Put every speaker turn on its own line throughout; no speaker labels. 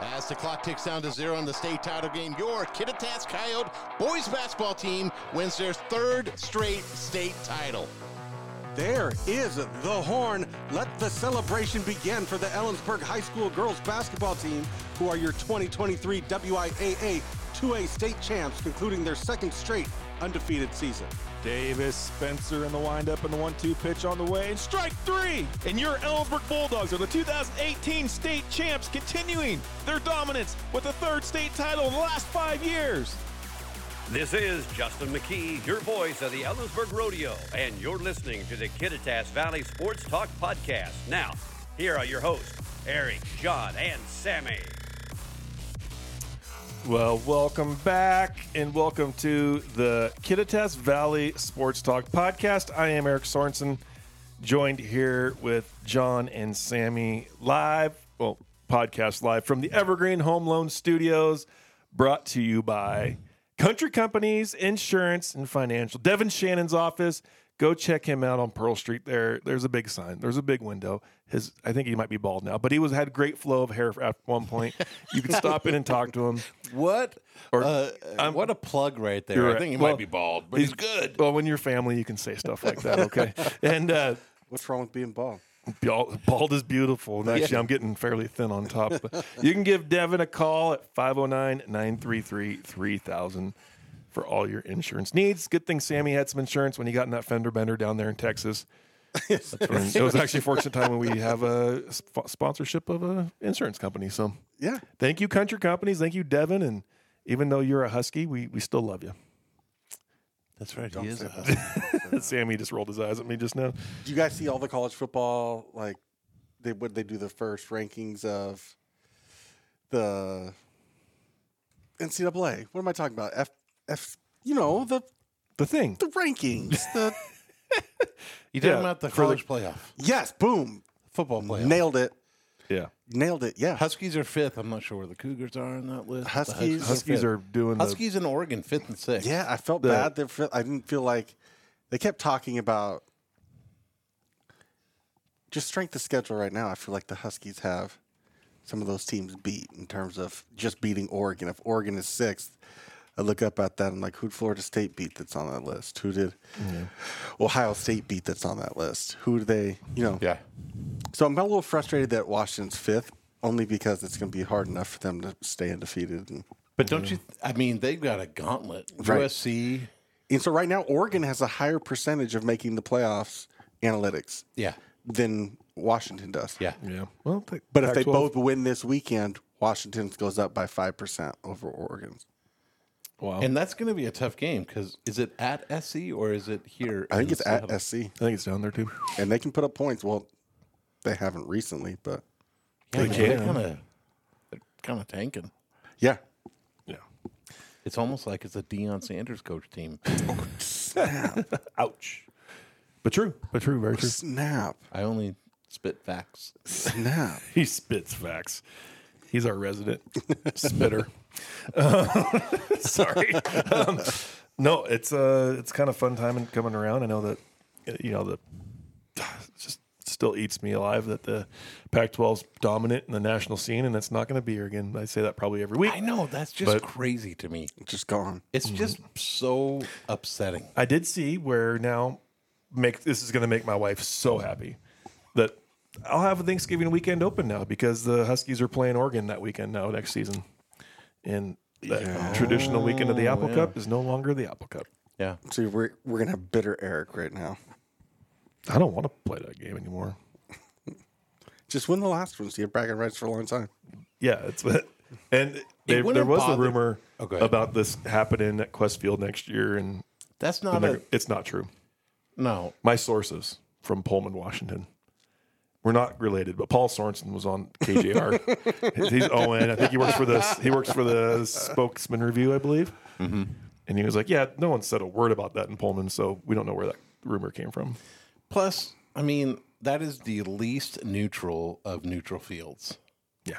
As the clock ticks down to zero in the state title game, your Kittitas Coyote boys basketball team wins their third straight state title.
There is the horn. Let the celebration begin for the Ellensburg High School girls basketball team, who are your 2023 WIAA 2A state champs, concluding their second straight undefeated season.
Davis, Spencer in the windup and the one-two pitch on the way and strike three. And your Ellensburg Bulldogs are the 2018 state champs, continuing their dominance with the third state title in the last five years.
This is Justin McKee, your voice of the Ellensburg Rodeo, and you're listening to the Kittitas Valley Sports Talk Podcast. Now, here are your hosts, Eric, John, and Sammy.
Well, welcome back and welcome to the Kittitas Valley Sports Talk podcast. I am Eric Sorensen, joined here with John and Sammy live, well, podcast live from the Evergreen Home Loan Studios, brought to you by Country Companies, Insurance, and Financial. Devin Shannon's office. Go check him out on Pearl Street. There, there's a big sign. There's a big window. His, I think he might be bald now, but he was had great flow of hair at one point. You could stop in and talk to him.
What?
Or-
uh,
I'm-
what a plug right there.
You're
I
right.
think he
Well,
might be bald, Oh, but he's, good.
Well, when you're family, you can say stuff like that, okay? and uh,
What's wrong with being bald?
bald, bald is beautiful. And actually, I'm getting fairly thin on top. But you can give Devin a call at 509 933 3000 for all your insurance needs. Good thing Sammy had some insurance when he got in that fender bender down there in Texas. That's when- it was actually a fortunate time when we have a sp- sponsorship of a insurance company. So
Yeah.
thank you, country companies. Thank you, Devin. And even though you're a Husky, we, we still love you.
That's right. He is. a-
Sammy just rolled his eyes at me just now.
Do you guys see all the college football? Like, they would they do the first rankings of the NCAA? What am I talking about? F F. You know the
The thing.
the rankings. The
You talking
Yeah,
about the
for the-
college playoff
yes, boom,
football playoff?
nailed it,
Yeah.
nailed it. Yeah,
Huskies are fifth. I'm not sure where the Cougars are on that list. The
Huskies-
Huskies
fifth.
are doing the
Huskies in Oregon, fifth and sixth.
yeah. I felt
The-
bad. They feel, I didn't feel like they kept talking about just strength of schedule right now. I feel like the Huskies have some of those teams beat in terms of just beating Oregon. If Oregon is sixth, I look up at that and like, who'd Florida State beat that's on that list? Who did Ohio State beat that's on that list? Who do they, you know?
Yeah.
So I'm a little frustrated that Washington's fifth, only because it's going to be hard enough for them to stay undefeated. And,
But don't you? I mean, they've got a gauntlet.
Right.
USC.
and so right now, Oregon has a higher percentage of making the playoffs analytics
Yeah.
than Washington does.
Yeah.
Yeah. Well, they-
But if they
Pac-12
both win this weekend, Washington's goes up by 5% over Oregon's.
wow,
And that's going to be a tough game because is it at SC or is it here?
I think
in
it's at
Seattle?
SC,
I think it's down there too.
and they can put up points. Well, they haven't recently, but
Yeah,
They
they're
can.
kind of, they're kind of tanking.
yeah.
Yeah.
It's almost like it's a Deion Sanders coach team.
Ouch. But true. But true. Very true.
Snap.
I only spit facts.
Snap.
He spits facts. He's our resident spitter. Sorry. Um, no, it's uh, it's kind of fun time and coming around. I know that uh, you know the it just still eats me alive that the Pac-12 is dominant in the national scene, and that's not going to be here again. I say that probably every week.
I know that's just
But-
crazy to me.
Just gone.
It's just so upsetting.
I did see where now make this is going to make my wife so happy that I'll have a Thanksgiving weekend open now because the Huskies are playing Oregon that weekend now next season, and the traditional weekend of
Oh,
the Apple Cup is no longer the Apple Cup.
Yeah,
So we're, we're going to have bitter Eric right now.
I don't want to play that game anymore.
Just win the last one. So you have bragging rights for a long time.
Yeah, it's and they, there
wouldn't
was a
bother-
rumor
Oh, go ahead.
about this happening at Quest Field next year, and
that's not
they're-
a
it's not true.
no.
my sources from Pullman, Washington. We're not related, but Paul Sorensen was on KJR. He's Owen. I think he works for the he works for the Spokesman Review, I believe.
Mm-hmm.
And he was like, "Yeah, no one said a word about that in Pullman, so we don't know where that rumor came from."
Plus, I mean, that is the least neutral of neutral fields.
Yeah,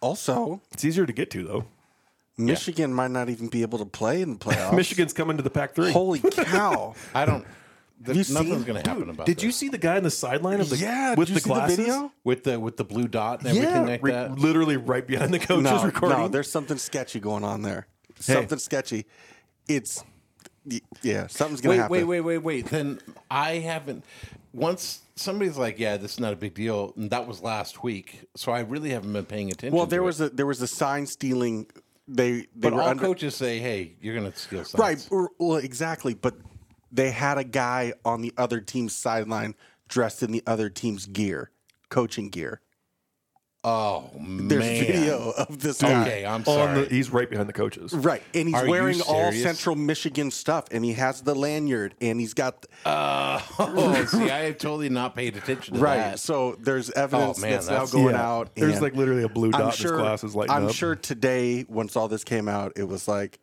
Also,
it's easier to get to though.
Michigan might not even be able to play in the playoffs.
Michigan's coming to the Pac three.
Holy cow.
I don't.
Have you
Nothing's
seen-
going to happen about
Did you
this.
see the guy in the sideline of the
Yeah, did
with
you
the
see the
glasses?
video?
with the with the blue dot and
Yeah,
everything like
re-
that?
literally right behind the coaches
no,
recording.
No, there's something sketchy going on there. Something sketchy. It's y- yeah, something's gonna
wait,
happen.
wait, wait, wait, wait. Then I haven't. Once somebody's like, "Yeah, this is not a big deal," and that was last week, so I really haven't been paying attention.
Well, there
to it.
was a there was a sign stealing. They they
but
were
all
under,
coaches say, "Hey, you're going to steal
right.
signs."
or- Well, exactly. But they had a guy on the other team's sideline dressed in the other team's gear, coaching gear.
Oh
There's
man.
video of this guy.
Okay, I'm
on
sorry.
the, he's right behind the coaches.
Right, and he's
Are you
wearing all
serious?
Central Michigan stuff, and he has the lanyard, and he's got
oh, see, I have totally not paid attention to
right.
that.
So there's evidence
man,
Oh, that's,
that's-
now going
Yeah.
out.
There's
and
like literally a blue dot in
I'm
his
sure.
glasses lighting
I'm
up.
sure today, once all this came out, it was like,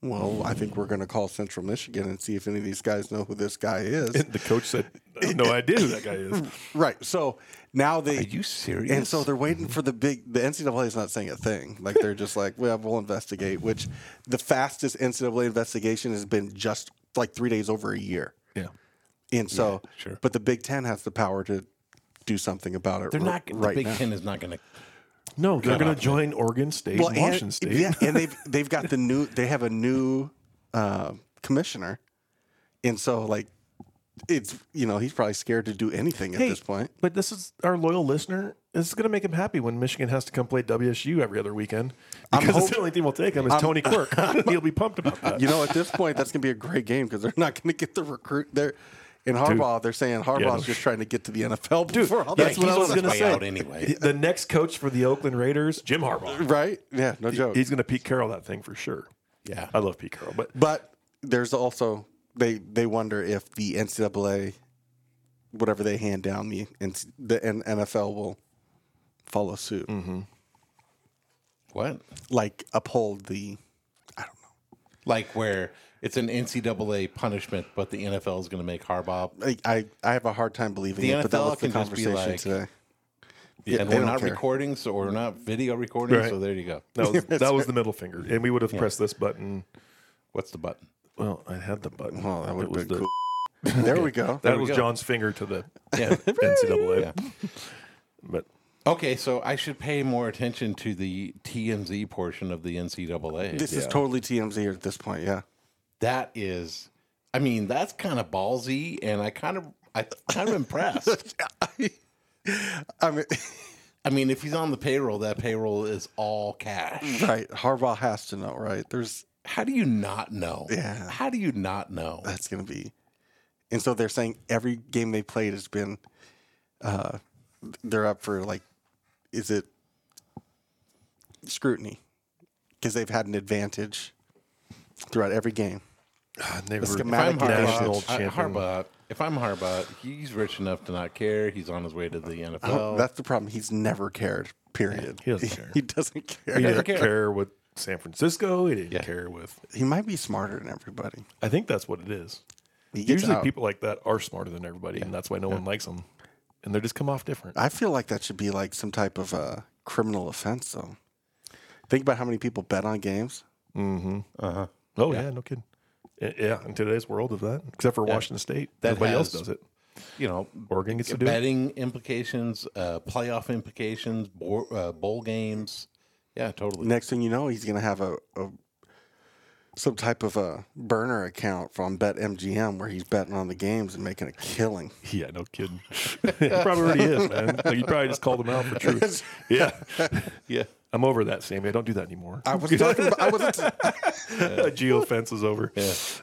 well, I think we're going to call Central Michigan and see if any of these guys know who this guy is.
The coach said, I have "No idea who that guy is."
Right. So now they
Are you serious?
And so they're waiting for the big. The NCAA is not saying a thing. Like they're just like, well, we'll investigate. Which the fastest NCAA investigation has been just like three days over a year.
Yeah,
And so,
sure.
but the Big Ten has the power to do something about it.
They're
r-
not. the
right
Big
now.
Ten is not going to.
no, they're
Cut
going
off,
to join Oregon State,
Well,
and Washington
and,
State.
yeah, and they've they've got the new. They have a new uh, commissioner, and so like, it's you know he's probably scared to do anything at
Hey,
this point.
But this is our loyal listener. This is going to make him happy when Michigan has to come play WSU every other weekend because it's
hope-
the only thing we'll take him is Tony Quirk. He'll be pumped about that.
You know, at this point, that's going to be a great game because they're not going to get the recruit. They're in Harbaugh. They're saying Harbaugh's
no.
just trying to get to the NFL.
Dude,
before all
that's
that
what
he's
I was
on
going
his
to
way
say.
out anyway.
The next coach for the Oakland Raiders, Jim Harbaugh.
right? Yeah, no joke.
He's going to Pete Carroll that thing for sure.
Yeah.
I love Pete Carroll, but
but there's also they they wonder if the NCAA, whatever they hand down the NC the N- NFL will follow suit,
Mm.
What?
like uphold the. I don't know.
Like where it's an NCAA punishment, but the NFL is going to make Harbaugh.
I, I I have a hard time believing
The
it, but that
NFL
was the
can just be
conversation
like-
today.
and
they
we're
don't
not
care.
recording, so we're not video recording.
Right.
So there you go.
that was, that was the middle finger, and we would have pressed this button.
What's the button?
Well, I had the button.
Well, Oh, that
It
would have
was
been
the-
cool. there we go.
That
we
was
go.
John's finger to the
Yeah.
NCAA. But
Okay, so I should pay more attention to the TMZ portion of the NCAA.
This is totally TMZ at this point. Yeah.
that is, I mean, that's kind of ballsy, and I kind of, I, I'm impressed.
I mean,
I mean, if he's on the payroll, that payroll is all cash.
right. Harbaugh has to know, right? There's
How do you not know?
Yeah.
How do you not know?
that's going to be. And so they're saying every game they played has been, uh, they're up for like, is it scrutiny? Because they've had an advantage throughout every game.
they were
If I'm
schematic
Harbaugh,
national
I-
champion.
Harbaugh, if I'm Harbaugh, he's rich enough to not care. He's on his way to the NFL.
That's the problem. He's never cared. Period.
he doesn't care.
He doesn't care.
he
He,
didn't care. with San Francisco. He didn't
Yeah.
care with.
might be smarter than everybody.
I think that's what it is.
He gets
Usually,
out.
people like that are smarter than everybody, and that's why no one likes them, and they just come off different.
I feel like that should be like some type of uh, criminal offense, though. Think about how many people bet on games.
oh yeah, no kidding. I- Yeah, in today's world of that, except for Washington State,
That
everybody else
has-
does it.
you know,
Oregon gets to do it.
betting implications, uh, playoff implications, bo- uh, bowl games. Yeah, totally.
Next thing you know, he's gonna have a, a some type of a burner account from BetMGM where he's betting on the games and making a killing.
Yeah, no kidding. he probably already is, man. Like, you probably just called them out for truth. Yeah,
yeah.
I'm over that, Sammy. I don't do that anymore.
I was talking about. I was.
Geo fence is over.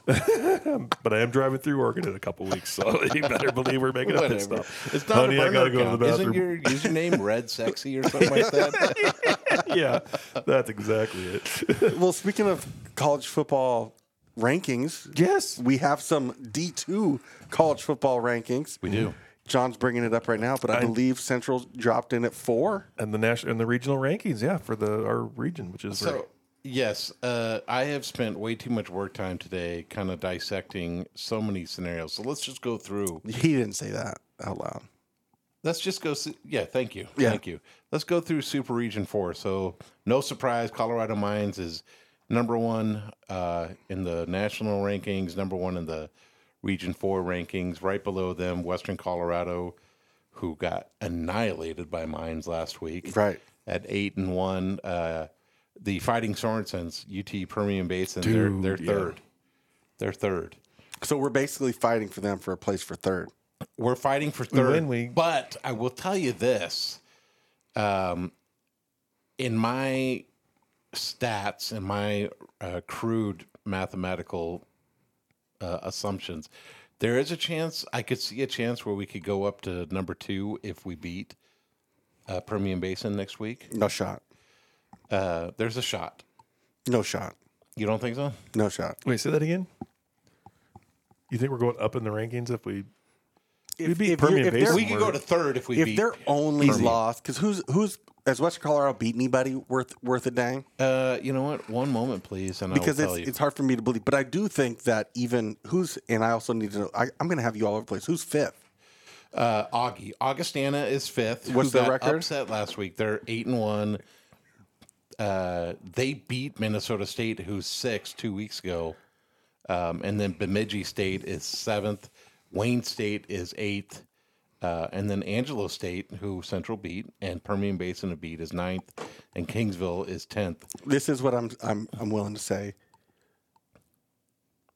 but I am driving through Oregon in a couple weeks, so you better believe we're making up this
Whatever.
stuff.
It's not
Honey,
a
I
burner
gotta go to the
account.
bathroom.
Isn't your username red sexy or something like that?
yeah, that's exactly it.
Well, speaking of college football rankings,
yes.
we have some D two college football rankings. We
do.
John's bringing it up right now, but I believe Central dropped in at four.
And the national and the regional rankings, yeah, for the our region, which is
So, yes, uh, I have spent way too much work time today kind of dissecting so many scenarios. So let's just go through.
He didn't say that out loud.
Let's just go. s- Yeah, thank you.
Yeah.
Thank you. Let's go through Super Region 4. So, no surprise, Colorado Mines is number one uh, in the national rankings, number one in the Region 4 rankings. Right below them, Western Colorado, who got annihilated by Mines last week.
Right.
At 8 and 1. Uh, the Fighting Sorensens, UT Permian Basin, they're, they're third. They're third.
So we're basically fighting for them for a place for third.
We're fighting for third.
win, we-
But I will tell you this: um, in my stats and my uh, crude mathematical uh, assumptions, there is a chance I could see a chance where we could go up to number two if we beat uh, Permian Basin next week.
No shot.
Uh, there's a shot.
No shot.
You don't think so?
No shot.
Wait, say that again. You think we're going up in the rankings if we?
If,
beat
you're-
Permian
they're-
Basin.
We could go to third if we
if
beat.
they're only lost, because who's who's has Western Colorado beat anybody worth worth a dang?
Uh, you know what? One moment, please, and
Because
I will tell
it's
you.
it's hard for me to believe, but I do think that even who's and I also need to know. I, I'm going to have you all over the place. Who's fifth?
Uh, Augie, Augustana is fifth.
What's
who
their
got
record?
Upset last week. They're eight and one. Uh, they beat Minnesota State, who's sixth, two weeks ago, um, and then Bemidji State is seventh. Wayne State is eighth, uh, and then Angelo State, who Central beat, and Permian Basin have beat is ninth, and Kingsville is tenth.
This is what I'm I'm I'm willing to say.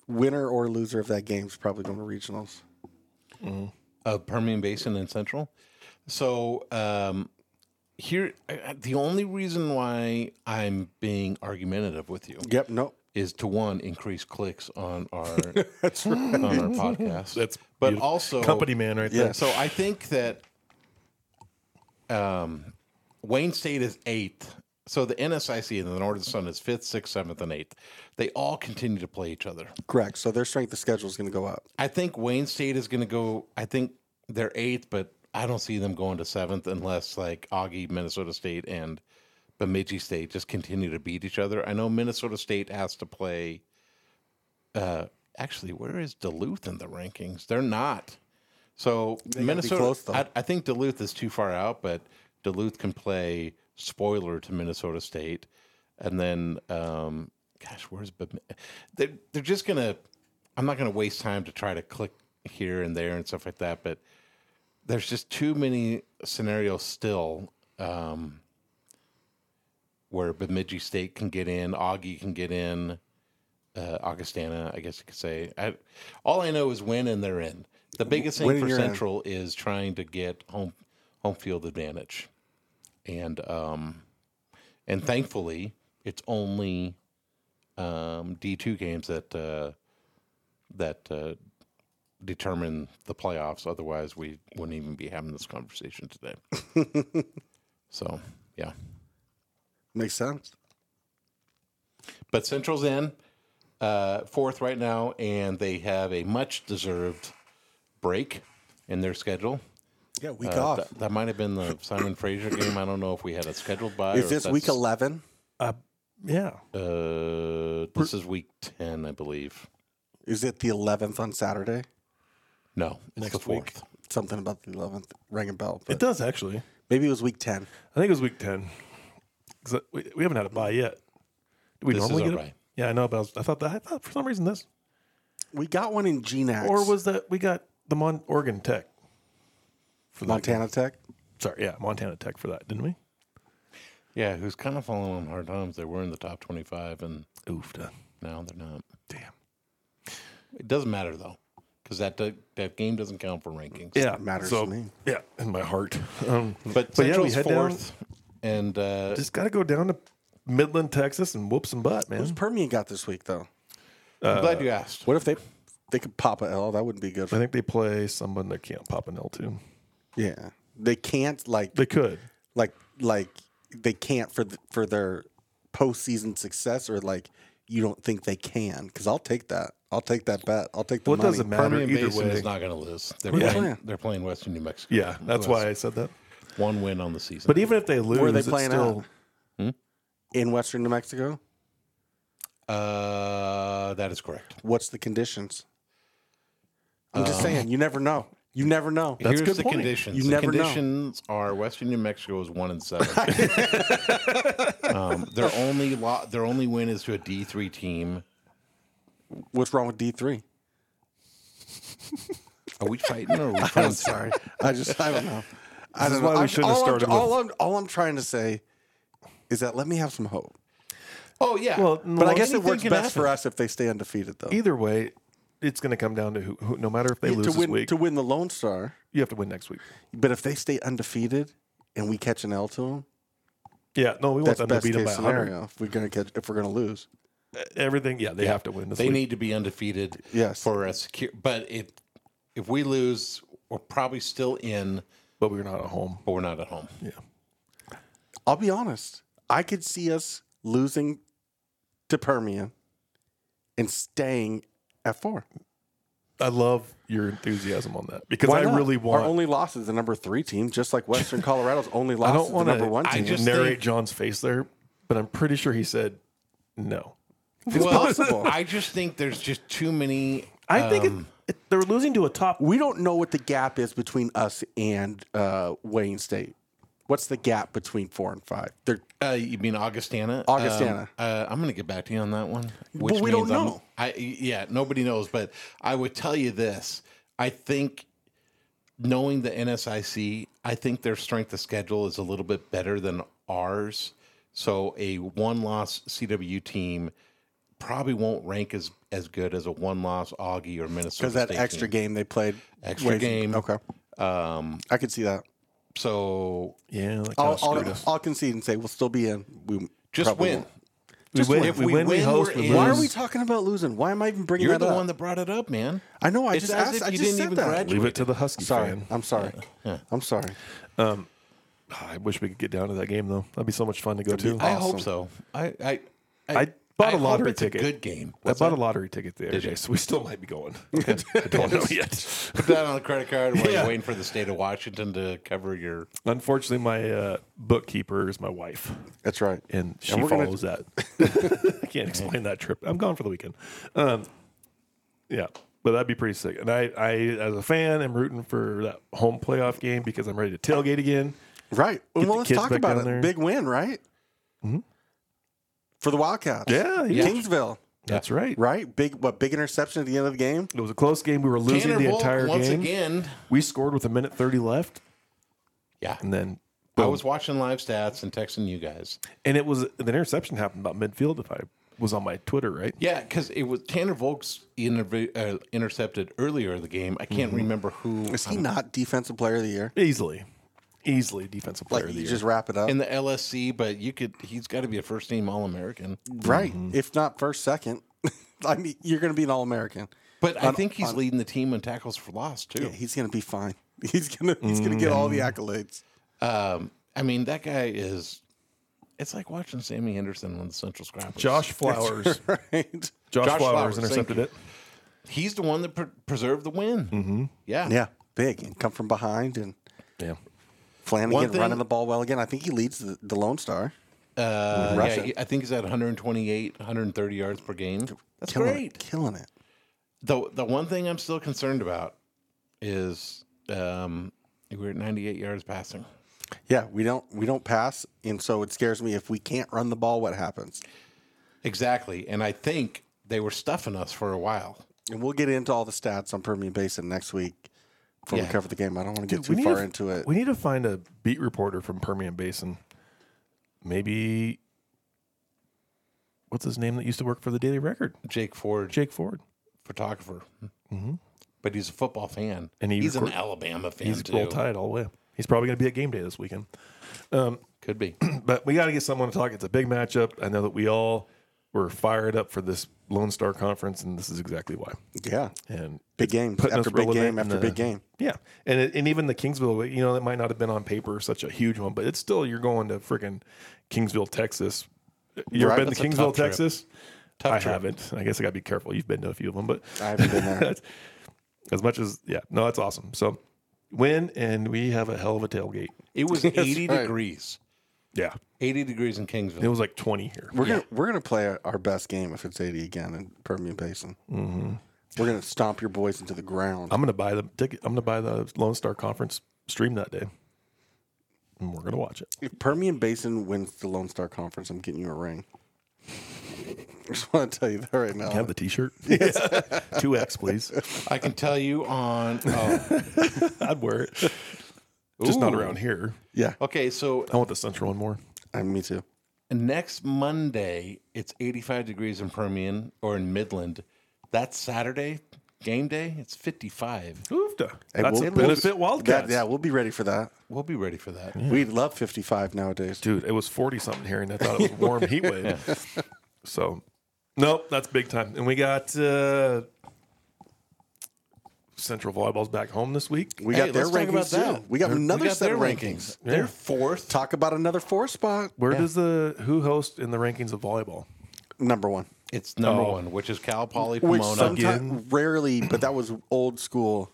Winner or loser of that game is probably going to regionals.
of Permian Basin and Central. So um, here, I- I- the only reason why I'm being argumentative with you
Yep. No.
is to one increase clicks on our on our podcast. That's but
beautiful.
also
Company man, right
Yeah.
there.
So I think that um, Wayne State is eighth. So the NSIC in the Northern Sun is fifth, sixth, seventh, and eighth. They all continue to play each other.
Correct. So their strength of schedule is going to go up.
I think Wayne State is going to go. I think they're eighth, but I don't see them going to seventh unless like Augie, Minnesota State, and Bemidji State just continue to beat each other. I know Minnesota State has to play. Uh, actually, where is Duluth in the rankings? They're not. So
be
Minnesota,
close, though.
I, I think Duluth is too far out, but Duluth can play spoiler to Minnesota State, and then um, gosh, where's Bem- they're they're just gonna. I'm not gonna waste time to try to click here and there and stuff like that, but there's just too many scenarios still um, where Bemidji State can get in, Augie can get in, uh, Augustana, I guess you could say. I, all I know is win and they're in. The biggest
Win
thing
and
for
you're in.
Central is trying to get home home field advantage, and um, and thankfully it's only um, D two games that uh, that uh, determine the playoffs. Otherwise, we wouldn't even be having this conversation today. so, yeah.
Makes sense.
But Central's in uh, fourth right now, and they have a much deserved break in their schedule.
Yeah, week
Uh,
off.
th- that might have been the Simon Fraser game. I don't know if we had a scheduled bye. or
is
if
this week
that's-
eleven?
yeah.
Uh, this is week ten, I believe.
Is it the eleventh on Saturday?
No, it's the
Next week.
fourth.
Something about the eleventh rang a bell,
It
but
does actually.
maybe it was week ten.
I think it was week ten. 'Cause uh, we, we haven't had a buy yet. Do we
This is
normally
our
get a
bye.
Yeah, I know. But I, was, I thought that. I thought for some reason this.
We got one in GNAX
Or was that we got the Mon- Oregon Tech?
Montana Tech.
Sorry, yeah, Montana Tech for that, didn't we?
Yeah, who's kind of falling on hard times. They were in the top twenty-five, and
Oofda.
now they're not.
Damn.
It doesn't matter though, because that do- that game doesn't count for rankings.
Yeah,
matters
so-
to me.
Yeah, in my heart. Um,
but
But yeah, we
Central's
head down-
fourth, and uh,
just got to go down to Midland, Texas, and whoop some butt, man.
Hmm.
Who's Permian got this week though?
I'm glad you asked.
uh, What if they they could pop a L? That wouldn't be good.
I
For,
think they play someone that can't pop an L too.
yeah, they can't like
They could.
like like they can't for th- for their postseason success or like you don't think they can because I'll take that. I'll take that bet. I'll take the
Well, it
money.
doesn't matter
Permian
either
Basin
way.
is not going to lose. They're,
Yeah.
playing, they're playing Western New Mexico.
yeah, that's why I said that.
one win on the season.
But even if they lose,
Where are they
it's
playing
still,
out? In Western New Mexico,
uh, that is correct.
what's the conditions? I'm just saying, you never know. You never know.
Um, That's a
Here's
good
the
point.
conditions.
You
the
never know.
conditions are Western New Mexico is one and seven. um, their only lo- their only win is to a D three team.
What's wrong with D three?
Are we fighting or are we friends?
Sorry, I just I don't know. I
This is
don't know.
why we
I'm-
shouldn't have
all
started
I'm,
with-
all I'm all I'm trying to say is that let me have some hope.
Oh yeah.
Well,
But I
Well,
guess it
anything
works
can
best
happen.
for us if they stay undefeated though.
Either way, it's going to come down to who, who. No matter if they
Yeah,
lose
to
this
win
week,
to win the Lone Star,
you have to win next week.
but if they stay undefeated and we catch an L to them,
Yeah, no, we want
that's
them to
best
beat them by
case
100.
scenario. If we're gonna catch, if we're gonna lose,
Everything, yeah, they have to win this
They
week.
need to be undefeated.
Yes.
For a secure, but if if we lose, we're probably still in,
but we're not at home.
but we're not at home.
Yeah.
I'll be honest. I could see us losing to Permian and staying at four.
I love your enthusiasm on that because
Why
I
not?
really want.
Our only loss is the number three team, just like Western Colorado's only
I
loss
don't
is the
want to
number one
I
team.
just
narrate
think-
John's face there, but I'm pretty sure he said no.
well,
possible.
I just think there's just too many.
I think it, it, they're losing to a top.
we don't know what the gap is between us and uh, Wayne State. What's the gap between four and five? They're,
Uh, you mean Augustana?
Augustana.
Um, uh, I'm going to get back to you on that one. Which
we don't
means I'm-
know.
I yeah, nobody knows. But I would tell you this: I think knowing the NSIC, I think their strength of schedule is a little bit better than ours. So a one-loss CW team probably won't rank as as good as a one-loss Augie or Minnesota.
because that
State
extra
team.
game they played.
Extra game.
Okay. Um, I could see that.
So
Yeah, that kinda
I'll,
screwed
I'll,
us.
I'll concede and say we'll still be in. We
just
probably
win.
won't.
we win.
if
we
we
win. We
win,
host.
we're
We
in.
lose.
Why are we talking about losing? Why am I even bringing
You're
that
the
up?
one that brought it up, man.
I know. I
It's
just
as
asked.
if
I
you
just
didn't
said
even
that.
graduate.
Leave it to the Husky
Sorry,
fan.
I'm sorry. I'm sorry.
Ah, I wish we could get down to that game though. That'd be so much fun to go to.
I hope so. I I,
I bought
a
a lottery ticket.
good game.
I bought a lottery ticket the other
you?
day, so we still might be going. I don't know yet.
Put that on a credit card while
Yeah.
you're waiting for the state of Washington to cover your.
Unfortunately, my uh, bookkeeper is my wife,
That's right.
and she
we're gonna-
follows that. I can't explain that trip. I'm gone for the weekend. Um, yeah, but that'd be pretty sick. And I, I, as a fan, am rooting for that home playoff game because I'm ready to tailgate again.
Right. well,
the
let's
kids
talk
back
about
down
it.
there. Mm-hmm.
Big win, right? For the Wildcats.
Yeah, yeah.
Kingsville.
That's right.
Right. Big. What? Big interception at the end of the game.
It was a close game. We were losing
Tanner
the
Volk,
entire
once
game.
again.
We scored with a minute thirty left,
Yeah,
and then
I was watching live stats and texting you guys.
and it was the interception happened about midfield. If I was on my Twitter, right?
Yeah, because it was Tanner Volk's interv- uh, intercepted earlier in the game. I
Mm-hmm.
can't remember who
Is he not defensive player of the year?
Easily, easily defensive player
Like
of the
you
year.
just wrap it up.
in the LSC, but you could. He's got to be a first team All American.
right.
Mm-hmm.
If not first, second. I mean, you're going to be an All-American.
But I think he's leading the team in tackles for loss too.
Yeah, he's going to be fine. He's gonna. He's gonna get all the accolades.
Mm-hmm.
Um, I mean, that guy is. It's like watching Sammy Henderson on the Central Scrappers.
Josh Flowers.
Right.
Josh,
Josh
Flowers,
Flowers,
intercepted
thank
it.
he's the one that pre- preserved the win. Mm-hmm. Yeah,
Yeah. Big and come from behind and
Yeah.
Flanagan
One thing-
running the ball well again. I think he leads the, the Lone Star.
Uh, yeah,
Russia.
he- I think he's at 128, 130 yards per game. That's
killing
great.
It, killing it.
The the one thing I'm still concerned about is um, we're at 98 yards passing.
Yeah, we don't we don't pass, and so it scares me if we can't run the ball. What happens?
Exactly, and I think they were stuffing us for a while.
And we'll get into all the stats on Permian Basin next week before we
Yeah.
cover the game. I don't want to get too
need
far
to,
into it.
We need to find a beat reporter from Permian Basin. Maybe what's his name that used to work for the Daily Record?
Jake Ford,
Jake Ford.
photographer, but he's a football fan,
And he
he's an
record-
Alabama fan
He's
too.
roll tide all the way. He's probably going to be at game day this weekend.
Could be.
But we got to get someone to talk. It's a big matchup. I know that we all were fired up for this Lone Star conference, and this is exactly why.
yeah,
And
big game
putting us
after big
relevant
game
in
after
the-
big game.
Yeah, and it, and even the Kingsville, you know, that might not have been on paper such a huge one, but it's still you're going to freaking Kingsville, Texas. You've
Right,
been to
that's a tough
Kingsville,
trip.
Texas? I
trip.
haven't. I guess I got to be careful. You've been to a few of them, but
I haven't been there.
that's- as much as yeah, no, that's awesome. So win, and we have a hell of a tailgate.
It was 80
right.
degrees.
Yeah,
80 degrees in Kingsville.
it was like twenty here.
We're gonna we're gonna play our best game if it's eighty again in Permian Basin. Mm-hmm. We're gonna stomp your boys into the
Oh.
ground.
I'm gonna buy the ticket. I'm gonna buy the Lone Star Conference stream that day, and we're gonna watch it.
if Permian Basin wins the Lone Star Conference, I'm getting you a ring. I just want to tell you that right now.
Can I have the T-shirt? Two X, please.
I can tell you on. Oh,
I'd wear it. Just not
Ooh.
around here.
yeah,
Okay, so
I want the central one more.
I, me too.
next Monday it's 85 degrees in Permian or in Midland. That's Saturday game day. It's 55.
Oofda.
Hey,
That's
we'll- we'll-
a benefit Wildcats.
That, yeah, we'll be ready for that.
We'll be ready for that.
We'd love 55 nowadays.
dude, it was forty something here, and I thought it was warm heat wave. So, nope, that's big time. And we got uh, Central Volleyball's back home this week.
We
Hey,
got their
let's talk about
rankings too.
that.
We got
They're-
another
we got
set
their
of rankings.
They're fourth.
Talk about another four spot.
Where does the who host in the rankings of volleyball?
Number one.
It's number one, which is Cal Poly
Oh. Which
Pomona.
Again.
sometimes rarely, but that was old school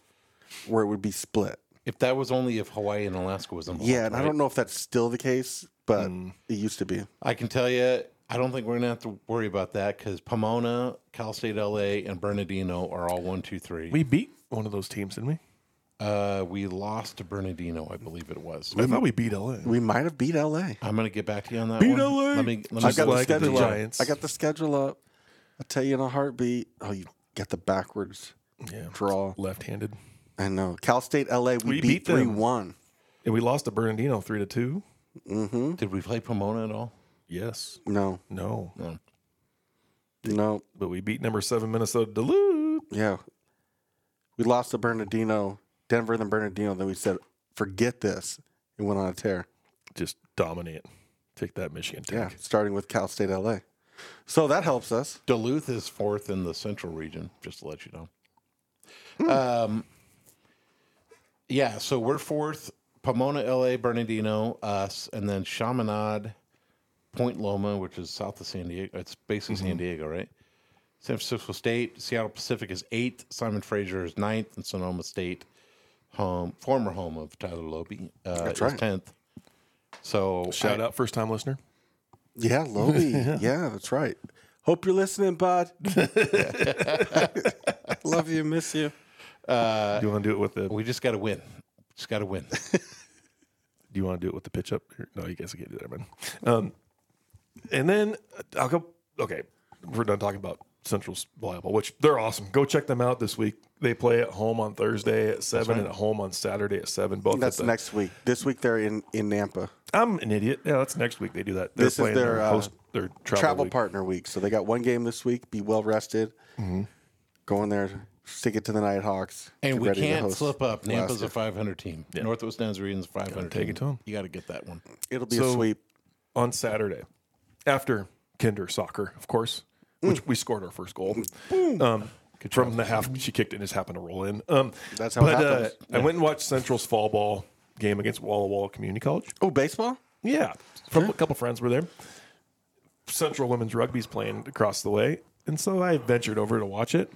where it would be split.
if that was only if Hawaii and Alaska was involved.
Yeah, and I
right?
don't know if that's still the case, but it used to be.
I can tell you, I don't think we're gonna have to worry about that because Pomona, Cal State LA, and Bernardino are all one, two, three.
We beat one of those teams, didn't we?
uh, we lost to Bernardino, I believe it was.
I thought we beat LA.
We might have beat LA.
I'm gonna get back to you on that.
Beat
one.
LA.
Let me. Let me
I've
I've got
like
the
the
schedule up.
Giants.
I got the schedule up. I'll tell you in a heartbeat. Oh, you got the backwards
yeah,
draw.
left-handed,
I know. Cal State LA, we,
We beat
beat,
them.
3 1.
and we lost to Bernardino three to two.
Did we play Pomona at all?
Yes,
No,
no,
No.
no.
but we beat number seven Minnesota Duluth.
Yeah. We lost to Bernardino, Denver, then Bernardino. Then we said, forget this. And went on a tear.
Just dominate. Take that Michigan
Yeah.
Tech.
Starting with Cal State LA. So that helps us.
Duluth is fourth in the central region, just to let you know.
Hmm.
Um, yeah, so we're fourth. Pomona, LA, Bernardino, us, and then Chaminade, Point Loma, which is south of San Diego. It's basically
Mm-hmm.
San Diego, right? San Francisco State, Seattle Pacific is eighth. Simon Fraser is ninth, and Sonoma State, home former home of Tyler Lobe, uh,
That's
is
right.
tenth. So
Shout
I-
out first time listener.
Yeah, Lobie. yeah, that's right. Hope you're listening, bud. Love you. Miss you.
do you want to do it with the?
We just got to win. Just got to win.
Do you want to do it with the pitch up? Here? No, you guys can't do that, man. Um, and then uh, I'll go. Okay, we're done talking about Central's volleyball, which they're awesome. Go check them out this week. They play at home on Thursday at seven and at home on Saturday at seven. Both. at
That's
the-
next week. This week they're in, in Nampa.
I'm an idiot. Yeah, that's next week. They do that. They're
This is
playing
their, uh,
their travel,
Travel,
week.
partner week. So they got one game this week. Be well rested. Go in there, stick it to the Nighthawks.
And
Get
we
ready to
can't
host
slip up. Nampa's
Alaska.
a 500 team. Northwest Nazarene's 500.
take
team.
it to 'em.
You got to get that one.
It'll be
So-
a sweep.
on Saturday after Kinder soccer, of course,
Mm.
which we scored our first goal. Um, from the half, she kicked it and just happened to roll in. Um,
That's how it
uh,
happens.
I went and watched Central's fall ball game against Walla Walla Community College.
Oh, baseball?
Yeah, from a couple friends were there. Central women's rugby's playing across the way, and so I ventured over to watch it.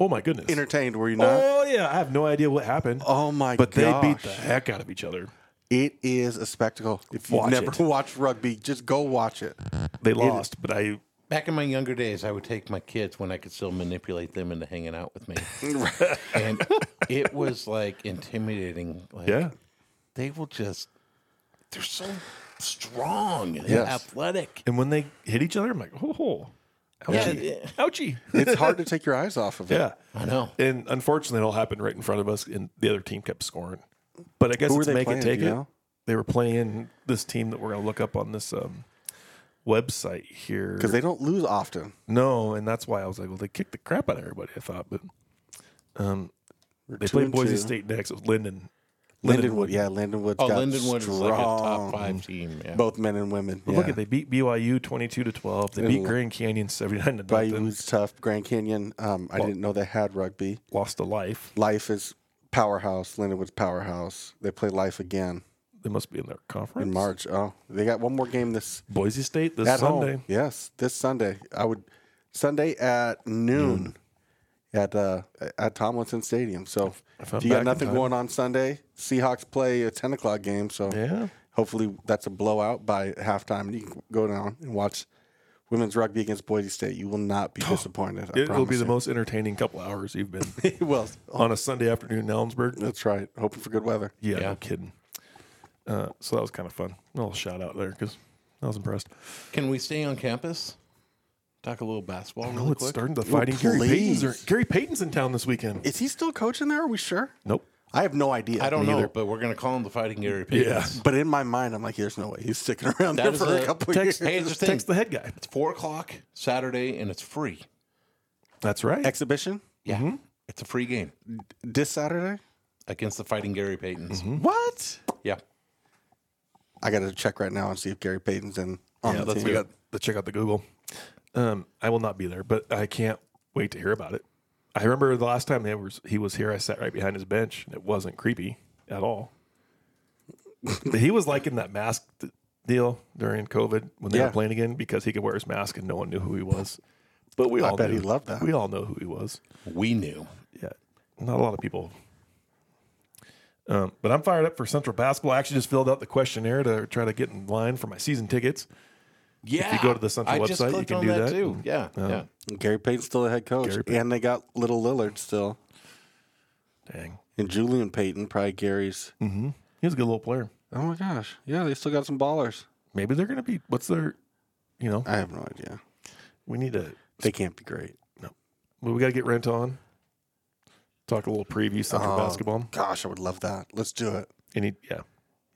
Oh my goodness!
Entertained, were you not?
oh yeah, I have no idea what happened.
Oh my
But they beat
gosh.
the heck out of each other.
It is a spectacle. If you've
Watch
never
it.
watched rugby, just go watch it.
They lost, but I
Back in my younger days, I would take my kids when I could still manipulate them into hanging out with me. and it was like intimidating. Like,
yeah.
They will just, they're so strong and
Yes.
athletic.
And when they hit each other, I'm like, oh, oh ouchie.
Yeah.
ouchie.
It's hard to take your eyes off of it.
yeah.
I know.
And unfortunately, it all happened right in front of us, and the other team kept scoring. But I guess
Who were
it's
they
make
playing,
it take
do
it.
you know?
They were playing this team that we're going to look up on this um, website here.
Because they don't lose often.
no, and that's why I was like, well, they kicked the crap out of everybody, I thought. But um,
We're
they
two
played
and
Boise
two.
State next. It was Linden.
Lindenwood, yeah, Lindenwood.
Oh,
got
Lindenwood
strong.
is like a top five team. Yeah.
Both men and women.
But
yeah.
Look at they beat BYU 22 to 12. They beat
lo-
Grand Canyon 79 to
Bayou
nothing.
was tough. Grand Canyon. Um, I didn't know they had rugby.
Lost to life.
Life is powerhouse. Lindenwood's powerhouse. They play Life again
They must be in their conference.
in March. Oh, they got one more game this
Boise State this
at
Sunday.
home. Yes, this Sunday. I would Sunday at noon at uh, at Tomlinson Stadium. So
If
if,
I'm
you
back
got
in
nothing
time.
going on Sunday, Seahawks play a ten o'clock game. So
Yeah.
hopefully that's a blowout by halftime, and you can go down and watch women's rugby against Boise State. You will not be disappointed. I
It will be the
promise
most entertaining couple hours you've been
you. It will.
on a Sunday afternoon in Ellensburg.
That's right. Hoping for good weather.
Yeah,
Yeah.
no kidding. Uh, so that was kind of fun. A little shout out there because I was impressed.
Can we stay on campus? Talk a little basketball.
No,
Really
it's
quick.
starting the
Oh,
fighting. Gary Payton's,
please.
or, Gary Payton's in town this weekend.
Is he still coaching there? Are we sure?
Nope.
I have no idea.
I don't know,
Neither.
but we're gonna call him the Fighting Gary Payton.
But in my mind, I'm like, there's no way he's sticking around
That
there
is
for a
a
couple
Text,
years.
Hey, here's the thing.
text the head guy.
It's four o'clock Saturday, and it's free.
That's right.
Exhibition
Yeah,
Mm-hmm.
it's a free game
this Saturday.
against the Fighting Gary Paytons.
Mm-hmm.
What?
Yeah,
I got to check right now and see if Gary Payton's in. On
Yeah,
the
let's
team.
do
got to check out the Google. Um, I will not be there, but I can't wait to hear about it. I remember the last time they was, he was here, I sat right behind his bench. and It wasn't creepy at all. But he was liking that mask th- deal during COVID when they
Yeah.
were playing again because he could wear his mask and no one knew who he was. But we
I
all
bet
knew.
he loved that.
We all know who he was.
we knew.
Yeah, not a lot of people. Um, but I'm fired up for Central Basketball. I actually just filled out the questionnaire to try to get in line for my season tickets.
Yeah,
go to the Central
I just
website, you
clicked
can
on
do that. Mm-hmm.
too. Yeah, yeah.
Gary Payton's still the head coach,
Gary Payton.
and they got little Lillard still,
Dang,
and Julian Payton, probably Gary's.
he was a good little player.
Oh my gosh, yeah, they still got some ballers.
Maybe they're going to be. What's their? You know,
I have no idea.
we need to.
They can't be great.
Well, we got to get rent on. Talk a little preview Central
Oh.
Basketball.
Gosh, I would love that. Let's do it.
Any, yeah,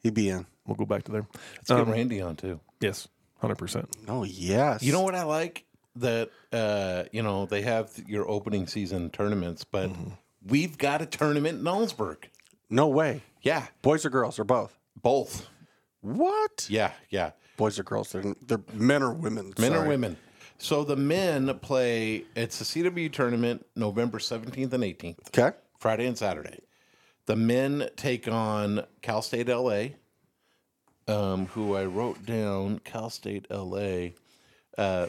He'd be in.
we'll go back to there.
Let's get
Um,
Randy on too.
Yes, hundred percent.
Oh yes.
You know what I like that uh, you know they have your opening season tournaments, but
Mm-hmm.
we've got a tournament in Ellsberg.
No way.
Yeah,
Boys or girls or both.
both.
What?
Yeah, yeah.
Boys or girls? They're, they're men or women.
Men or
sorry.
women. So the men play. It's a CW tournament, November seventeenth and eighteenth,
Okay.
Friday and Saturday. The men take on Cal State LA, um, who I wrote down. Cal State LA, uh,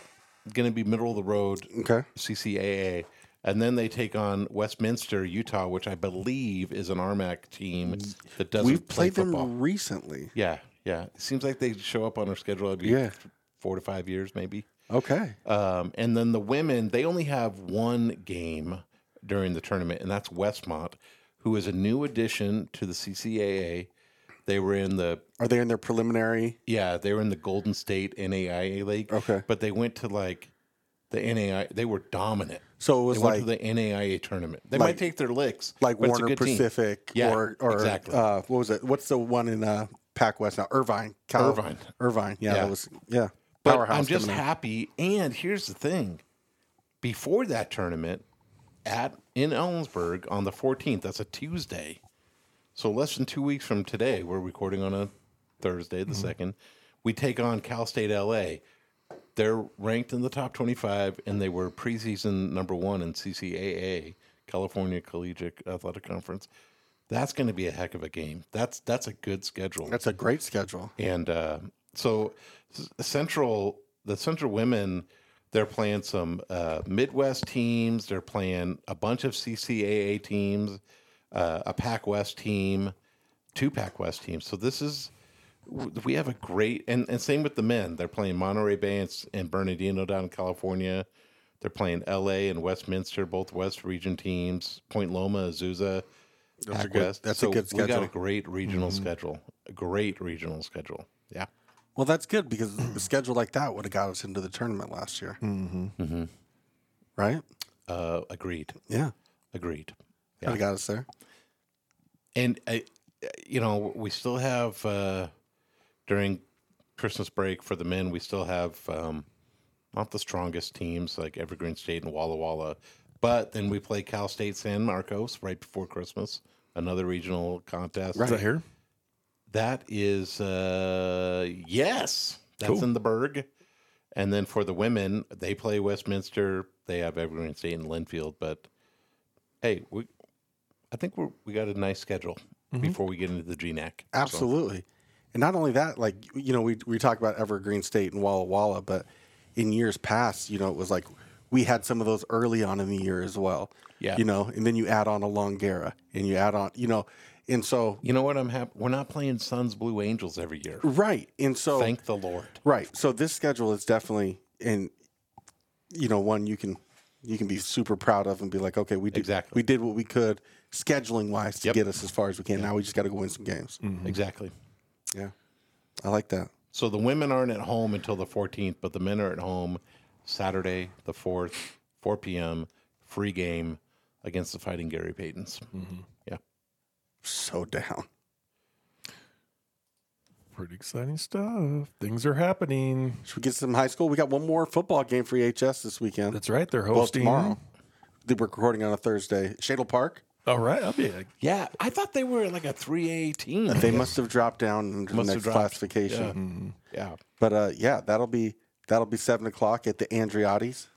going to be middle of the road.
Okay.
CCAA, and then they take on Westminster, Utah, which I believe is an Armac team that doesn't
We've
play
played them
football.
recently.
Yeah, yeah. It seems like they show up on our schedule every
Yeah.
four to five years, maybe.
Okay.
Um, and then the women, they only have one game during the tournament, and that's Westmont, who is a new addition to the CCAA. They were in the
Are they in their preliminary?
yeah, they were in the Golden State NAIA league.
Okay.
but they went to like the NAI. They were dominant.
So it was
They
like
went to the NAIA tournament. They
like-
might take their licks,
like
but it's a
Warner
good team.
Pacific
Yeah,
or or
exactly.
uh, what was it? What's the one in uh, Pac West now? Irvine. Cal-
Irvine.
Irvine. Yeah,
Yeah.
that was yeah.
But I'm just
coming in.
happy. And here's the thing: before that tournament, at in Ellensburg on the 14th, that's a Tuesday. So less than two weeks from today, we're recording on a Thursday, the second. We take on Cal State LA. They're ranked in the top 25, and they were preseason number one in CCAA, California Collegiate Athletic Conference. That's going to be a heck of a game. That's that's a good schedule
That's a great schedule.
and uh, so s- central the central women they're playing some uh, midwest teams they're playing a bunch of ccaa teams uh, a pac west team two pac west teams so this is w- we have a great and, and same with the men they're playing monterey bay and, S- and bernardino down in california they're playing la and westminster both west region teams point loma azusa
That's a
Pac
good-
West.
that's a
So
good
We got a
schedule. Mm-hmm.
great regional schedule. A great regional schedule. Yeah.
Well, that's good because a schedule like that would have got us into the tournament last year. Mm-hmm. Mm-hmm. Right?
Uh, agreed.
Yeah.
Agreed.
Would have got us there.
And I, you know, we still have uh, during Christmas break for the men. We still have um, not the strongest teams like Evergreen State and Walla Walla, but then we play Cal State San Marcos right before Christmas. Another regional contest.
Is that here?
That is uh yes. That's
Cool.
in the Berg. And then for the women, they play Westminster. They have Evergreen State and Linfield, but hey, we I think we're, we got a nice schedule before we get into the GNAC. So,
Absolutely. And not only that, like, you know, we, we talk about Evergreen State and Walla Walla, but in years past, you know, it was like we had some of those early on in the year as well.
Yeah.
You know, and then you add on a Longera and you add on, you know, and so,
you know what? I'm happy. We're not playing Suns Blue Angels every year.
right. And so,
Thank the Lord.
right. So this schedule is definitely, and, you know, one you can, you can be super proud of and be like, okay, we did,
Exactly.
we did what we could scheduling wise to
Yep. Mm.
get us as far as we can. Now we just got to go win some games.
Exactly.
Yeah. I like that.
So the women aren't at home until the 14th, but the men are at home Saturday the fourth, four p.m. free game against the Fighting Gary Paytons. Yeah,
So down.
Pretty exciting stuff. Things are happening.
Should we get some high school? We got one more football game for EHS this weekend.
That's right. They're
Well,
hosting
tomorrow. We're recording on a Thursday. Shadle Park.
All right. I'll be.
yeah. I thought they were like a three A team.
They must have dropped down into
Must
the
have
next
dropped.
classification.
Yeah. Mm-hmm. yeah.
But uh, yeah, that'll be that'll be seven o'clock at the Andriotti's.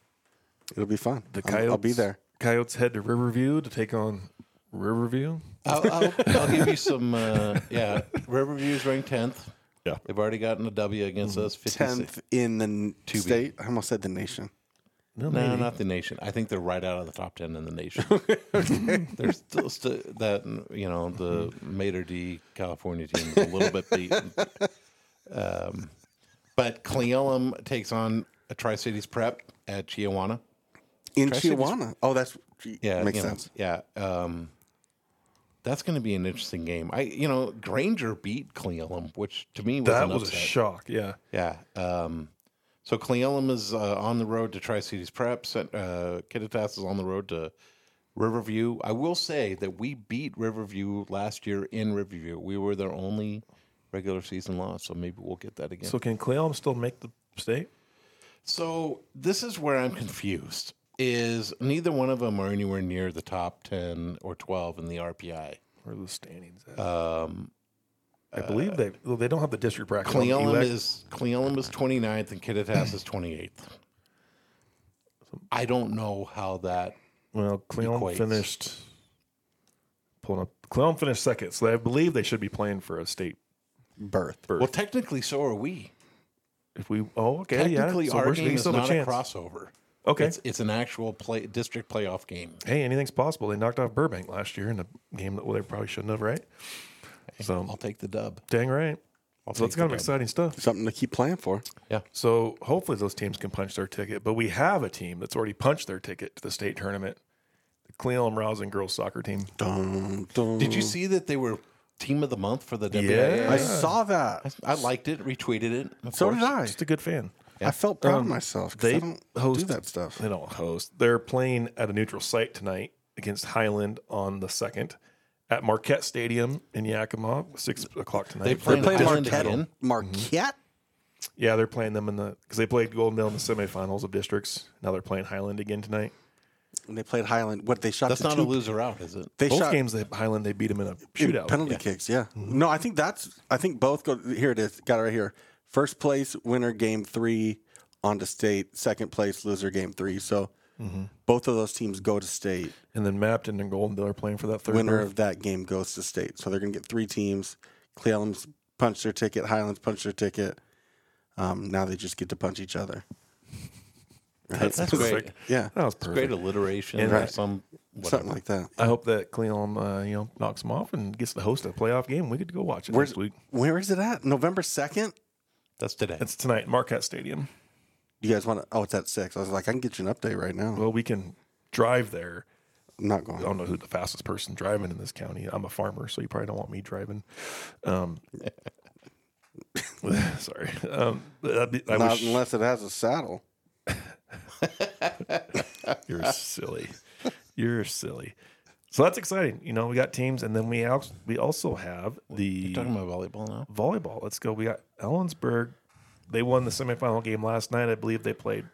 It'll be fun.
The
I'll-
coyotes.
I'll be there.
Coyotes head to Riverview to take on Riverview.
I'll, I'll, I'll give you some. Uh, yeah, Riverview's ranked tenth.
Yeah.
they've already gotten a W against us. 56.
Tenth in the n-
To be.
state. I almost said the nation.
No,
No,
maybe.
not the nation. I think they're right out of the top ten in the nation. They're still st- that you know the Mater D California team is a little bit beaten, um, but Cleolum takes on a Tri Cities Prep at Chiawana.
In
Tri-Cities-
Chihuahua. Oh, that's yeah,
Yeah,
makes
you know,
sense.
yeah, um, that's going to be an interesting game. I you know Granger beat Cleolum, which to me was
That
an
was a
upset.
shock. Yeah.
Yeah. Um, so Cleolum is uh, on the road to Tri Cities Prep. Sent- Uh, Kittitas is on the road to Riverview. I will say that we beat Riverview last year in Riverview. We were their only regular season loss, so maybe we'll get that again.
So can Clayholm still make the state?
So this is where I'm confused. Is neither one of them are anywhere near the top ten or twelve in the RPI.
Where are the standings at? Um, I believe they well, they don't have the district bracket. on
Cleolum
elec-
is Cleolum is 29th and Kittitas is 28th. I don't know how that
well. Cleon
equates.
finished pulling up. Cleon finished second, so I believe they should be playing for a state.
Birth.
Well, technically, so are we.
If we oh okay
Technically,
yeah, so
our
we're-
game
we
is
still have
not a, crossover.
Okay.
it's, it's an actual play district playoff game.
Hey, anything's possible. They knocked off Burbank last year in a game that well, they probably shouldn't have, right?
I'll
So
take the dub.
dang right. so
take
it's
the
kind of
dub.
exciting stuff.
Something to keep playing for.
Yeah,
So hopefully those teams can punch their ticket. But we have a team that's already punched their ticket to the state tournament. The Cleon Rousing girls soccer team.
Dun, dun.
did you see that they were team of the month for the WIA?
Yeah.
I saw that.
I, I liked it, retweeted it. of
so
course.
did I.
Just a good fan.
I felt proud
Um,
of myself. 'cause I don't do that stuff.
They don't host. They're playing at a neutral site tonight against Highland on the second at Marquette Stadium in Yakima, six o'clock tonight.
They
They're-
played-
Play
Highland
Marquette.
again.
Marquette.
yeah, they're playing them in the because they played Golden Dale in the semifinals of districts. Now they're playing Highland again tonight.
When they played Highland, what they shot
That's
to
not
two.
a loser out, is it?
They
Both
shot
games, they Highland they beat them in a
in
shootout.
penalty kicks. Yeah. No, I think that's. I think both go here. It is got it right here. First place winner game three on to state. Second place loser game three. So both of those teams go to state.
And then Mapton and Golden Dale are playing for that third
winner
berth.
of that game goes to state. So they're going to get three teams. Cleveland's punched their ticket. Highlands punched their ticket. Um, now they just get to punch each other.
That's, great.
perfect.
Yeah,
That was
Great
perfect.
alliteration
And
or
that-
some whatever.
something like that.
I hope that Cleon, uh, you know, knocks them off and gets to host a playoff game. We could go watch it
Where's
next week.
where is it at? November second.
That's today.
It's tonight, at Marquette Stadium.
You guys want to? Oh, it's at six. I was like, I can get you an update right now.
Well, we can drive there.
I'm not
I
going.
don't know who the fastest person driving in this county. I'm a farmer, so you probably don't want me driving. Um, sorry. Um, but that'd be- I
Not
wish
unless it has a saddle.
you're silly. You're silly. So that's exciting. You know, we got teams, and then we also we also have the
Talking about volleyball now.
volleyball. Let's go. We got Ellensburg. They won the semifinal game last night. I believe they played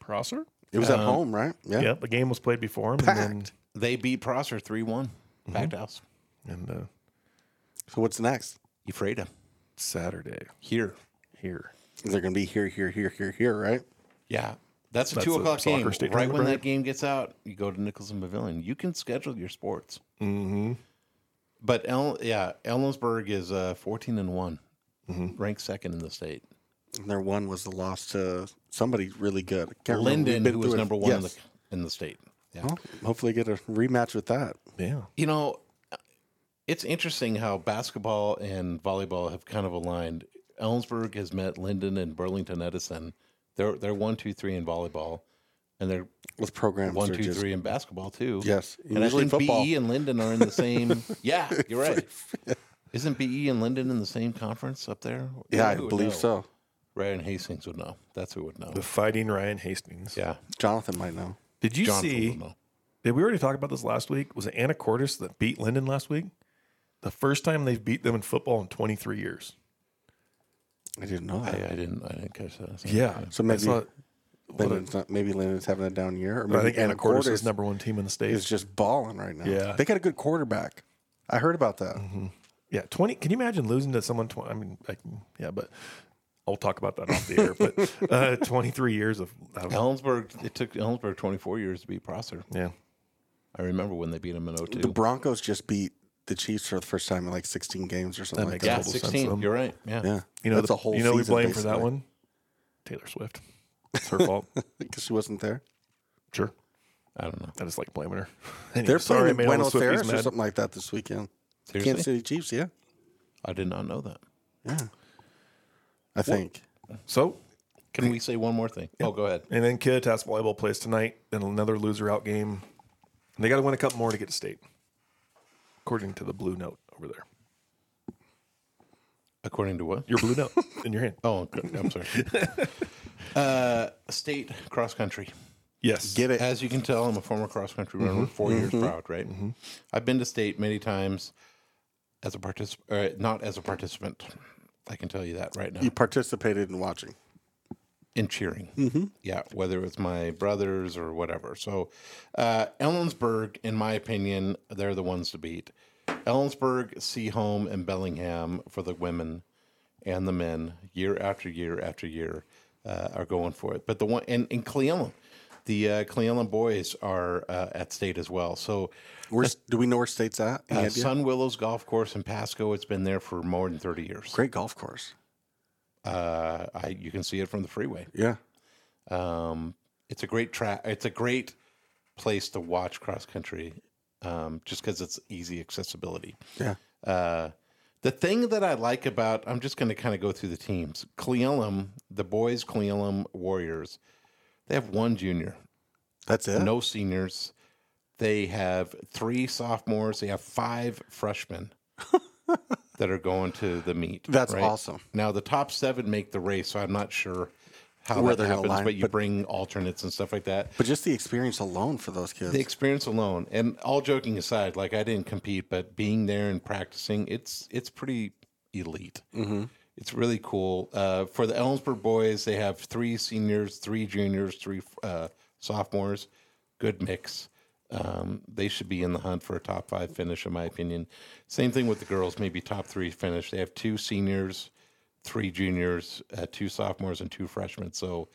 Prosser.
It was at home, right? Yeah.
Yeah, the game was played before him, and
Packed.
They beat Prosser three one.
Mm-hmm.
Packed house.
then and uh,
So what's next?
Ephrata
Saturday
here.
here.
They're going to be here, here, here, here, here, right?
Yeah. That's a
That's
two
a
o'clock
soccer
game.
state
Right
tournament,
when
right?
that game gets out, you go to Nicholson Pavilion. You can schedule your sports. Mm-hmm. But El- yeah, Ellensburg is uh, fourteen and one,
Mm-hmm.
ranked second in the state.
And their one was the loss to somebody really good. I can't remember. We've
Linden,
been
who was
through it.
number one in the
Yes.
in the state. Yeah.
Well, hopefully, get a rematch with that.
Yeah,
You know, uh, it's interesting how basketball and volleyball have kind of aligned. Ellensburg has met Linden and Burlington Edison. They're they're one, two, three in volleyball, and they're
With programs,
one,
they're
two,
just-
three in basketball too.
Yes,
and
usually
I think
football.
BE E and Linden are in the same. yeah, you're E right. Isn't BE and Linden in the same conference up there?
Yeah, I
Ooh,
believe
no.
so.
Ryan Hastings would know. That's who would know.
The fighting Ryan Hastings.
Yeah.
Jonathan might know.
Did you
Johnson
see?
would know.
Did we already talk about this last week? Was it Anna Cortis that beat Linden last week? The first time they've beat them in football in 23 years.
I didn't know
I,
that.
I didn't. I didn't catch that.
So maybe-
I, saw it.
Lennon's not, maybe Lennon's having a down year. Or
But
maybe
I think Anna Cortis is
Anacortes
number one team in the state.
is just balling right now.
Yeah.
They got a good quarterback. I heard about that.
Yeah, twenty. Can you imagine losing to someone? Tw- I mean, I can, yeah, but I'll talk about that off the air. But uh, twenty-three years of of-
Ellensburg. It took Ellensburg 24 years to beat Prosser.
yeah,
I remember when they beat him in
The
02.
Broncos just beat the Chiefs for the first time in like 16 games or something
That
like
makes
that.
yeah,
total sense
16.
of them.
You're right. Yeah.
Yeah.
you know,
That's
the,
a whole
You know, we
season,
blame for that
basically.
one. Taylor Swift. It's her fault.
Because she wasn't there.
sure,
I don't know.
I just like blaming her. Anyway,
They're
sorry, I
playing in
made all the
Buenos
Swifties
Aires or
mad.
something like that this weekend.
Seriously?
Kansas City Chiefs, yeah.
I did not know that.
Yeah. I think.
So,
Can we say one more thing? Oh, go ahead.
and then Kittitas volleyball plays tonight, and another loser out game. And they got to win a couple more to get to state, according to the blue note over there.
According to what?
Your blue note in your hand.
Oh, okay. I'm sorry. uh, state cross country.
Yes.
Get it.
As you can tell, I'm a former cross country runner, 4 years proud, right? I've been to state many times as a participant, not as a participant. I can tell you that right now.
You participated in watching.
in cheering. Mm-hmm. Yeah, whether it's my brothers or whatever. So, uh, Ellensburg, in my opinion, they're the ones to beat. Ellensburg, Seaholm, and Bellingham for the women and the men, year after year after year, uh, are going for it. But the one and in Cleveland, the uh, Cleveland boys are uh, at state as well. So,
Where's, do we know where state's at? Any
uh,
idea?
Sun Willows Golf Course in Pasco, it's been there for more than thirty years.
Great golf course.
Uh, I, you can see it from the freeway.
Yeah.
Um, it's a great track. It's a great place to watch cross country, um, just because it's easy accessibility.
Yeah.
Uh, the thing that I like about I'm just going to kind of go through the teams. Cleelum, the boys, Cleelum Warriors. They have one junior,
That's it.
no seniors. They have three sophomores. They have five freshmen that are going to the meet.
That's
right?
awesome.
Now the top seven make the race, so I'm not sure how
Where
that
they're gonna
happens,
line,
but you
but-
bring alternates and stuff like that.
But just the experience alone for those kids.
The experience alone, and all joking aside, like I didn't compete, but being there and practicing, it's it's pretty elite. Mm-hmm. It's really cool. Uh, for the Ellensburg boys, they have three seniors, three juniors, three uh, sophomores. Good mix. Um, they should be in the hunt for a top five finish, in my opinion. Same thing with the girls, maybe top three finish. They have two seniors, three juniors, uh, two sophomores, and two freshmen. So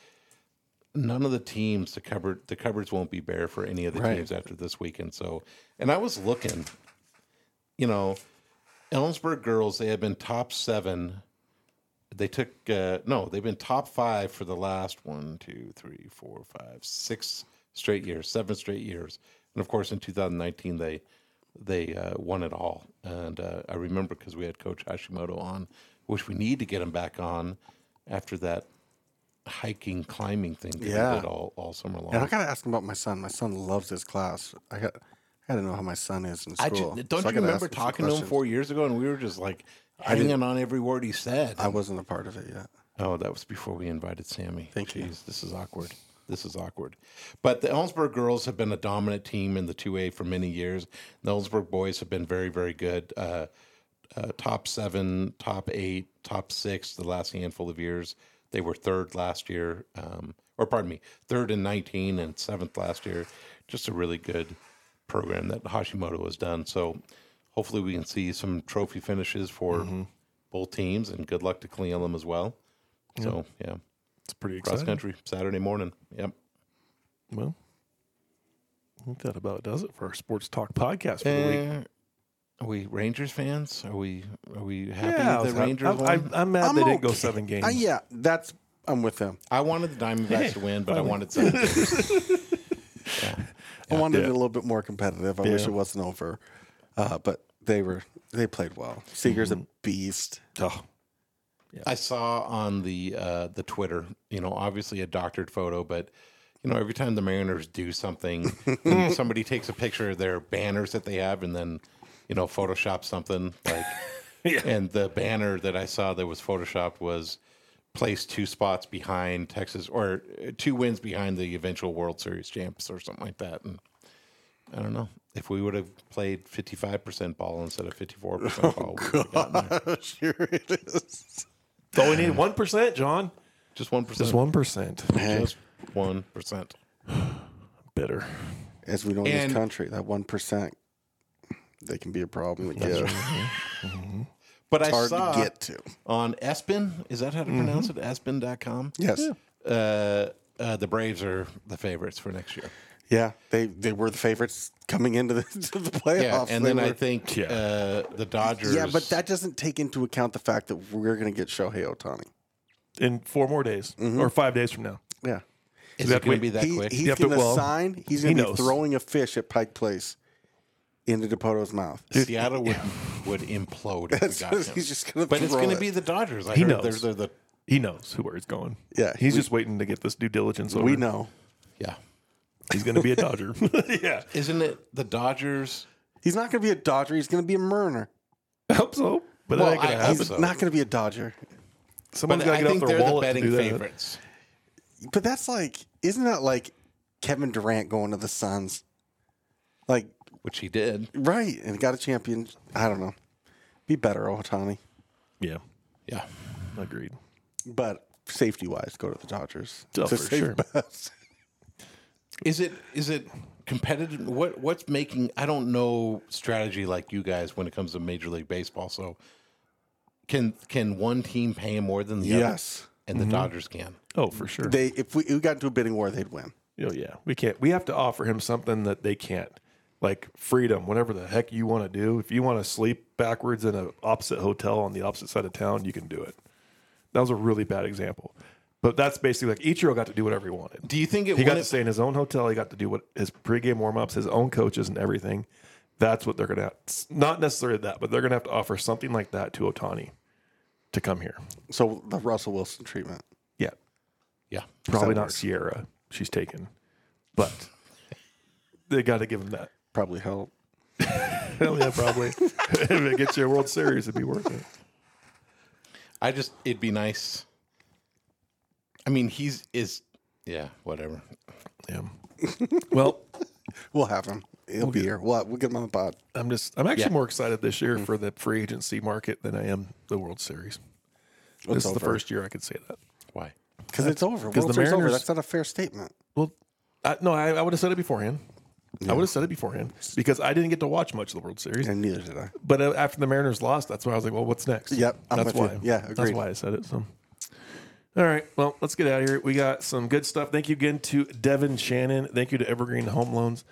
none of the teams the cupboard the cupboards won't be bare for any of the
Right.
teams after this weekend. So, and I was looking, you know, Ellensburg girls they have been top seven. They took uh, no, they've been top five for the last one, two, three, four, five, six straight years, seven straight years, and of course in 2019 they they uh, won it all. And uh, I remember because we had Coach Hashimoto on, which we need to get him back on after that hiking climbing thing that
Yeah.
they did all, all summer long.
And I gotta ask him about my son. My son loves his class. I got, I gotta know how my son is in
I
school.
ju- don't
So I
you
gotta
remember
ask some
talking to him
questions.
four years ago, and we were just like hanging on every word he said.
I wasn't a part of it yet.
oh, that was before we invited Sammy.
Thank you.
This is awkward. This is awkward. But the Ellensburg girls have been a dominant team in the 2A for many years. The Ellensburg boys have been very, very good. Uh, uh, top seven, top eight, top six the last handful of years. They were third last year, um, or pardon me, third in 19 and seventh last year. Just a really good program that Hashimoto has done. So hopefully we can see some trophy finishes for
Mm-hmm.
both teams and good luck to Cleelum as well. So, yeah,
It's pretty
cross
exciting.
country Saturday morning. Yep.
Well, I think that about does it for our sports talk podcast for the week.
Uh, are we Rangers fans? Are we are we happy
Yeah, I
the
was-
Rangers
I'm,
won?
I'm, I'm mad they didn't go
okay.
seven games.
Uh, yeah, that's. I'm with him.
I wanted the Diamondbacks to win, but I wanted some.
I wanted it a little bit more competitive. I wish
Yeah.
it wasn't over, uh, but they were. They played well. Seeger's
Mm-hmm.
a beast.
Oh,
I saw on the uh, the Twitter, you know, obviously a doctored photo, but you know, every time the Mariners do something, and somebody takes a picture of their banners that they have, and then you know, Photoshop something like.
Yeah.
And the banner that I saw that was photoshopped was placed two spots behind Texas or uh, two wins behind the eventual World Series champs or something like that. And I don't know if we would have played 55% ball instead of 54% ball. we would've gotten there.
sure it is.
So we need one percent, John.
Just 1%.
Just one percent.
Just 1%.
Bitter.
As we know in
And-
this country, that one percent, they can be a problem. to get.
But I
hard
saw
to get to.
on Espen, is that how to pronounce it? Espen.com?
Yes. Yeah.
Uh, uh, the Braves are the favorites for next year.
they they were the favorites coming into the, to the playoffs.
Yeah, and
They
then I
were-
think
Yeah.
uh, the Dodgers.
Yeah, but that doesn't take into account the fact that we're going to get Shohei Otani.
In four more days or five days from now.
Yeah.
is
that
it going
wait-
to be that
he,
quick.
He's
Yeah, but
going to
well,
sign. He's
he
going to be
knows.
throwing a fish at Pike Place into DePoto's mouth.
Seattle would would implode. If
That's
we got
what
him.
he's just gonna
But it's
throw
going to
it.
be the Dodgers. I
He
heard
knows.
They're, they're the
He knows who where he's going.
Yeah,
He's
we-
just waiting to get this due diligence over.
We know
yeah.
he's going to be a Dodger. yeah,
Isn't it the Dodgers?
he's not going to be a Dodger. He's going to be a Mariner.
I hope so. But
Well,
that ain't going
I
to
hope
happen.
He's
so.
not going to be a Dodger.
Someone's
But
got to
I
get
think
off their
they're the
wallet. to
betting
do that.
favorites.
But that's like, isn't that like Kevin Durant going to the Suns? Like,
Which he did.
right, and got a champion. I don't know. Be better, Otani.
Yeah,
Yeah.
agreed.
But safety wise, go to the Dodgers.
Oh,
It's a
for
safe
sure.
bet.
Is it is it competitive? What what's making? I don't know strategy like you guys when it comes to Major League Baseball. So can can one team pay more than the other?
Yes.
And the
Mm-hmm.
Dodgers can.
Oh, for sure.
They if we, we got into a bidding war, they'd win.
oh yeah, we can't. We have to offer him something that they can't, like freedom, whatever the heck you want to do. If you want to sleep backwards in an opposite hotel on the opposite side of town, you can do it. That was a really bad example, but that's basically like Ichiro got to do whatever he wanted.
Do you think it?
He got
wouldn't-
to stay in his own hotel. He got to do what his pregame warm ups, his own coaches, and everything. That's what they're going to not necessarily that, but they're going to have to offer something like that to Otani to come here.
So the Russell Wilson treatment.
Yeah,
Yeah.
probably
Sounds
not
worse.
Sierra. She's taken, but they got to give him that.
Probably help.
Hell yeah, probably. if it gets you a World Series, it'd be worth it.
I just it'd be nice. I mean, he's is yeah, whatever.
Yeah. Well,
We'll have him. He'll be here. We'll, we'll get him on the pod.
I'm just I'm actually
Yeah.
more excited this year for the free agency market than I am the World Series. this is the
over.
first year I could say that.
Why?
Because it's over. World
the
Series over.
Mariners-
That's not a fair statement.
Well, I, no, I, I would have said it beforehand. I would have said it beforehand because I didn't get to watch much of the World Series.
And neither did I.
But uh, after the Mariners lost, that's why I was like, "Well, what's next?"
Yep, I'm
that's
with
why.
you. Yeah,
that's
agreed.
why I said it. So, all right, well, let's get out of here. We got some good stuff. Thank you again to Devin Shannon. Thank you to Evergreen Home Loans.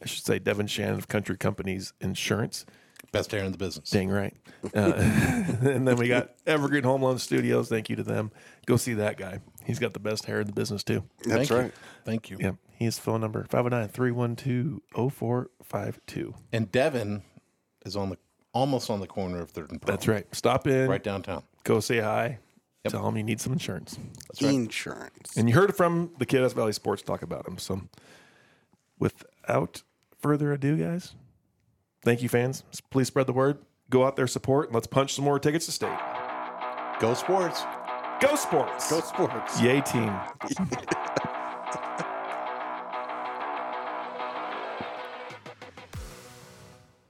I should say Devin Shannon of Country Companies Insurance.
Best air in the business.
Dang right. Uh, and then we got Evergreen Home Loan Studios. Thank you to them. Go see that guy. He's got the best hair in the business too.
That's
Thank you.
right.
Thank you.
Yeah. His phone number 509-312-0452.
And Devin is on the almost on the corner of Third and Palm,
That's right. Stop in,
right downtown.
go say hi, tell him you need some insurance.
Insurance.
And you heard from the Kiddos Valley Sports talk about him. So without further ado, guys, thank you, fans. Please spread the word. Go out there, support, and let's punch some more tickets to state.
Go Sports.
Go sports.
Go sports.
Yay team.